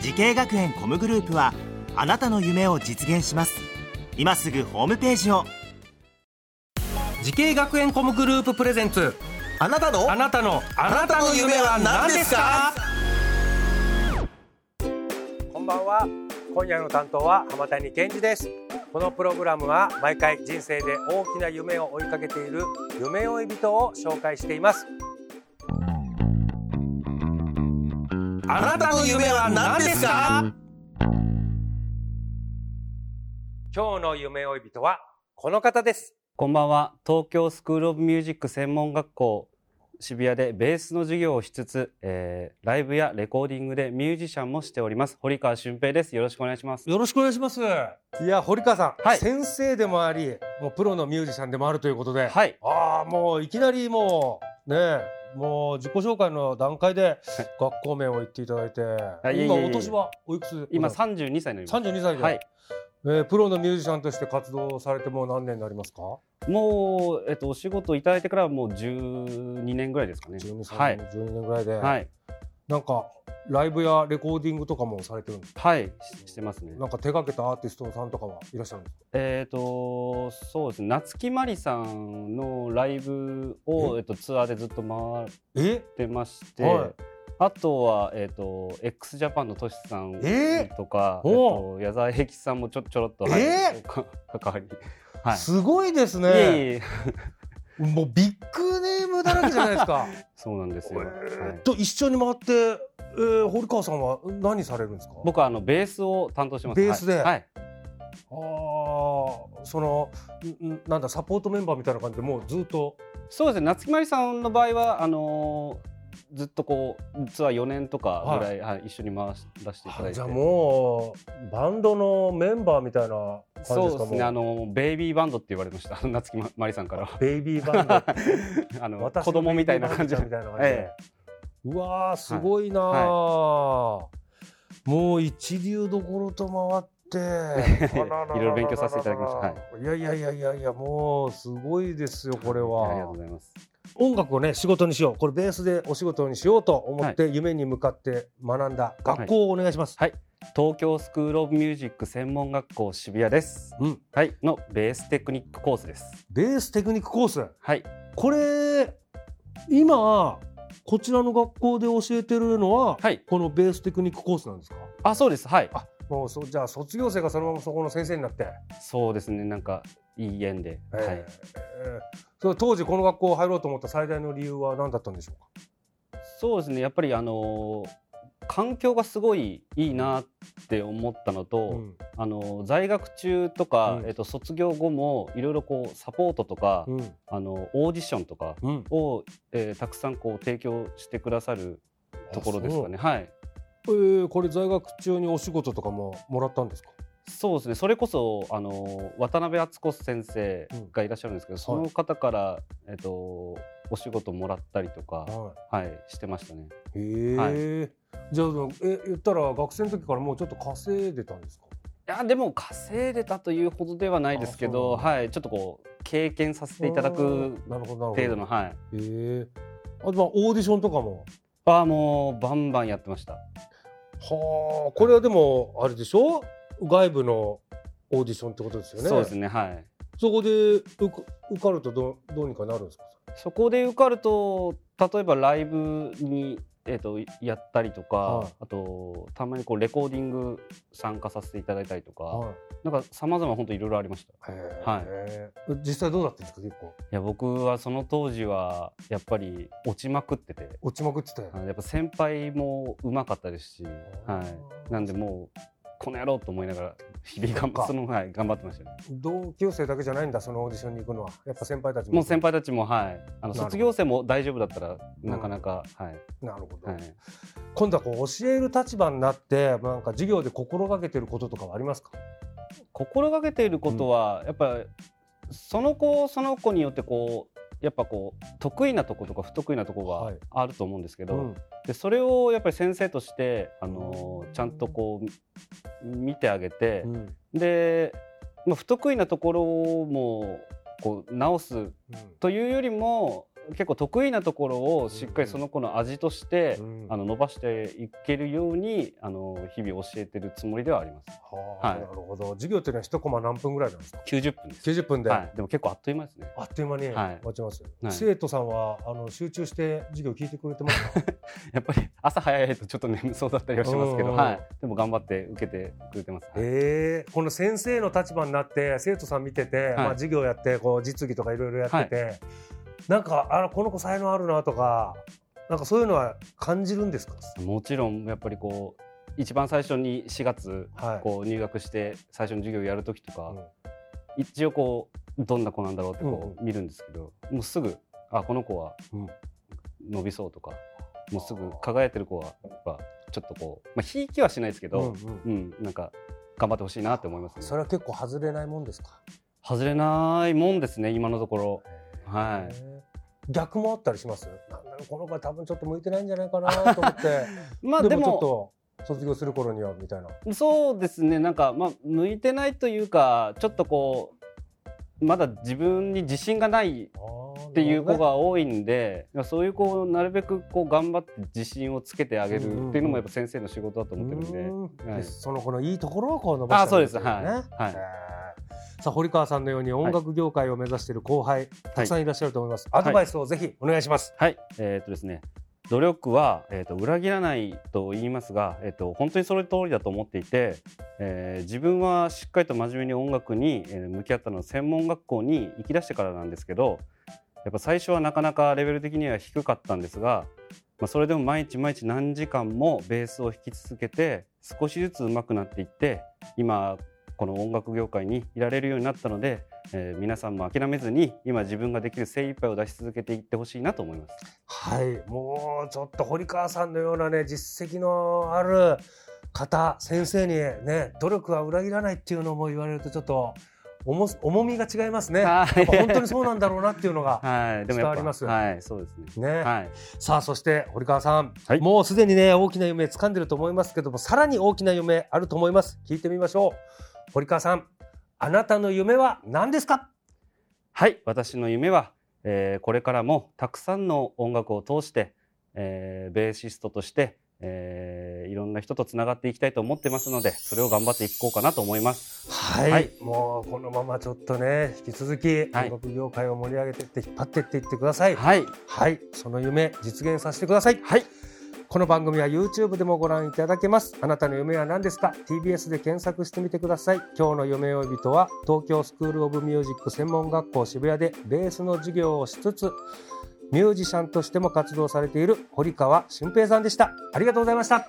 時系学園コムグループはあなたの夢を実現します今すぐホームページを時系学園コムグループプレゼンツあなたのあなたのあなたの夢は何ですかこんばんは。今夜の担当は浜谷健二です。このプログラムは毎回人生で大きな夢を追いかけている夢追い人を紹介しています。あなたの夢は何ですか今日の夢追い人はこの方です。こんばんは。東京スクールオブミュージック専門学校渋谷でベースの授業をしつつ、えーライブやレコーディングでミュージシャンもしております。堀川俊平です。よろしくお願いします。よろしくお願いします。いや、堀川さん、はい先生でもあり、もうプロのミュージシャンでもあるということで、はい。ああ、もういきなりもう、ねえ、もう自己紹介の段階で学校名を言っていただいて、いえいえいえ今お年はおいくつ今32歳になります。 32歳で、はい。えープロのミュージシャンとして活動されてもう何年になりますかもう、えっと、お仕事いただいてからはもう12年ぐらいですかね。 ?12 歳、はい。 12年ぐらいで、はい。なんかライブやレコーディングとかもされてるんですかはい。ししてますねな。んか手掛けたアーティストさんとかはいらっしゃるんですかえっ、と、そうですね。夏木マリさんのライブを、えっと、ツアーでずっと回っえってまして、はいあとは、えっと x ジャパンのとしさんえとか、えっおと矢沢永吉さんもちょちょろっと、え か関わり、はいすごいですねいえいえもうビッグネームだらけじゃないです か。そうなんですよ、はいと一緒に回って、えー、堀川さんは何されるんですか。僕はあのベースを担当してますベースではいはいああ、そのんんなんだサポートメンバーみたいな感じでもうずっと。そうですね夏木マリさんの場合はあのーずっとこうツアー4年とかぐらい、はい一緒に回し出していただいてじゃあもうバンドのメンバーみたいな感じですか。そうですねもあのベイビーバンドって言われましたあの 夏木マリさんから はベイビー バンド。あ の私の子供みたいな感じベイビーバンドみたいな感じでえうわあすごいなー、もう一流どころと回って。。いろいろ勉強させていただきましたはいいやいやいやいやいやもうすごいですよこれえは。ありがとうございます音楽をね仕事にしようこれベースでお仕事にしようと思って夢に向かって学んだ学校をお願いします、はい東京スクールオブミュージック専門学校渋谷です。うんはい、のベーステクニックコースです。ベーステクニックコースはい、これ今こちらの学校で教えてるのは、はいこのベーステクニックコースなんですかあ、そうです。はい、もうそじゃあ卒業生がそのままそこの先生になって、そうですね。なんかいい縁で、えーはい、えーその当時この学校を入ろうと思った最大の理由は何だったんでしょうかそうですね。やっぱりあのー環境がすごいいいなって思ったのと、うんあのー在学中とか、うんえっと卒業後もいろいろこうサポートとか、うんあのオーディションとかうんを、えーたくさんこう提供してくださるところですかね。はい。えーこれ在学中にお仕事とかももらったんですかそうですねそれこそあの渡辺敦子先生がいらっしゃるんですけど、その方から、えっと、お仕事もらったりとか、はいはい、してましたねへえ、じゃあえ言ったら学生の時からもうちょっと稼いでたんですかいやでも稼いでたというほどではないですけど、あそうなんはい、ちょっとこう経験させていただあくーなるほどなるほど程度のへはいえあとまあオーディションとかもはもうバンバンやってましたはあこれはでもあれでしょ外部のオーディションってことですよねそうですねはいそこで受か受かるとどうどうにかなるんですかそこで受かると例えばライブに、えっとやったりとか、はいあとたまにこうレコーディング参加させていただいたりとか、はいなんか様々本当いろいろありましたへはいえ実際どうだったんですか結構いや僕はその当時はやっぱり落ちまくってて落ちまくってたよあのやっぱ先輩もうまかったですし、あはーい、なんでもうこの野郎と思いながら日々頑そっ張かその、はい、頑張ってましたね同級生だけじゃないんだそのオーディションに行くのはやっぱ先輩たちももう先輩たちも、はい、あなのるほど卒業生も大丈夫だったらなかなか、はいなるほど、はい、今度はこう教える立場になってなんか授業で心がけてることとかはありますか心がけていることは、やっぱその子その子によってこうやっぱこう得意なとことか不得意なとこはいがあると思うんですけど、うんでそれをやっぱり先生として、あのちゃんとこう見てあげて、うんで、まあ、不得意なところもこう直すというよりも結構得意なところをしっかりその子の味として、うんあの伸ばしていけるようにあの日々教えてるつもりではあります。はあはいなるほど授業っていうのは一コマ何分ぐらいなんですか90分です。 90分で、はい、でも結構あっという間ですね。あっという間に終はいわっちゃいます、はい生徒さんはあの集中して授業聞いてくれてますかやっぱり朝早いとちょっと眠そうだったりはしますけうんうど、んはい、でも頑張って受けてくれてます。はいええこの先生の立場になって生徒さん見てて、いまあ、授業やってこう実技とかいろいろやってて、なんかあらこの子才能あるなとかなんかそういうのは感じるんですかもちろんやっぱりこう一番最初に4月はいこう入学して最初の授業やる時とか、うん一応こうどんな子なんだろうってこうんう見るんですけど、もうすぐあこの子はうん伸びそうとか、もうすぐ輝いてる子はやっぱちょっとこうまあひいきはしないですけど、うんうんうんなんか頑張ってほしいなって思いますね。それは結構外れないもんですか外れないもんですね今のところ。はい。逆もあったりしますなんだろうこの子は多分ちょっと向いてないんじゃないかなと思って まあででももちょっと卒業する頃にはみたいなそうですねなんか、まあ、向いてないというかちょっとこうまだ自分に自信がないっていう子が多いんで、そういう子をなるべくこう頑張って自信をつけてあげるっていうのもやっぱ先生の仕事だと思ってるんで、うんはいその子のいいところをこう伸ばしてああそうげるですといはうい、ねはへい、ーさあ堀川さんのように音楽業界を目指している後輩、たくさんいらっしゃると思います、いアドバイスをぜひお願いします、はい、えーっとですね努力は、えーっと裏切らないと言いますが、えーっと本当にその通りだと思っていて、えー自分はしっかりと真面目に音楽にえー向き合ったのは専門学校に行き出してからなんですけどやっぱ最初はなかなかレベル的には低かったんですが、まあ、それでも毎日毎日何時間もベースを弾き続けて少しずつ上手くなっていって今この音楽業界にいられるようになったので、えー皆さんも諦めずに今自分ができる精一杯を出し続けていってほしいなと思います。はいもうちょっと堀川さんのようなね実績のある方先生にね努力は裏切らないっていうのも言われるとちょっと重す重みが違いますねやっあーぱ本当にそうなんだろうなって いうのが はい、でもやっ伝ぱわりますはい、そうですね。ね、はい、さあそして堀川さん、はいもうすでにね大きな夢掴んでると思いますけどもさらに大きな夢あると思います聞いてみましょう堀川さんあなたの夢は何ですかはい、私の夢は、えーこれからもたくさんの音楽を通して、えーベーシストとして、えーいろんな人とつながっていきたいと思ってますので、それを頑張っていこうかなと思います。はい、はいもうこのままちょっとね引き続き音はい楽業界を盛り上げてって引っ張ってっていってくださいはい、はい、その夢実現させてくださいはいこの番組は YouTube でもご覧いただけますあなたの夢は何ですか TBS で検索してみてください今日の夢追い人は東京スクールオブミュージック専門学校渋谷でベースの授業をしつつミュージシャンとしても活動されている堀川俊平さんでしたありがとうございました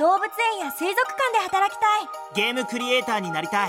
動物園や水族館で働きたいゲームクリエイターになりたい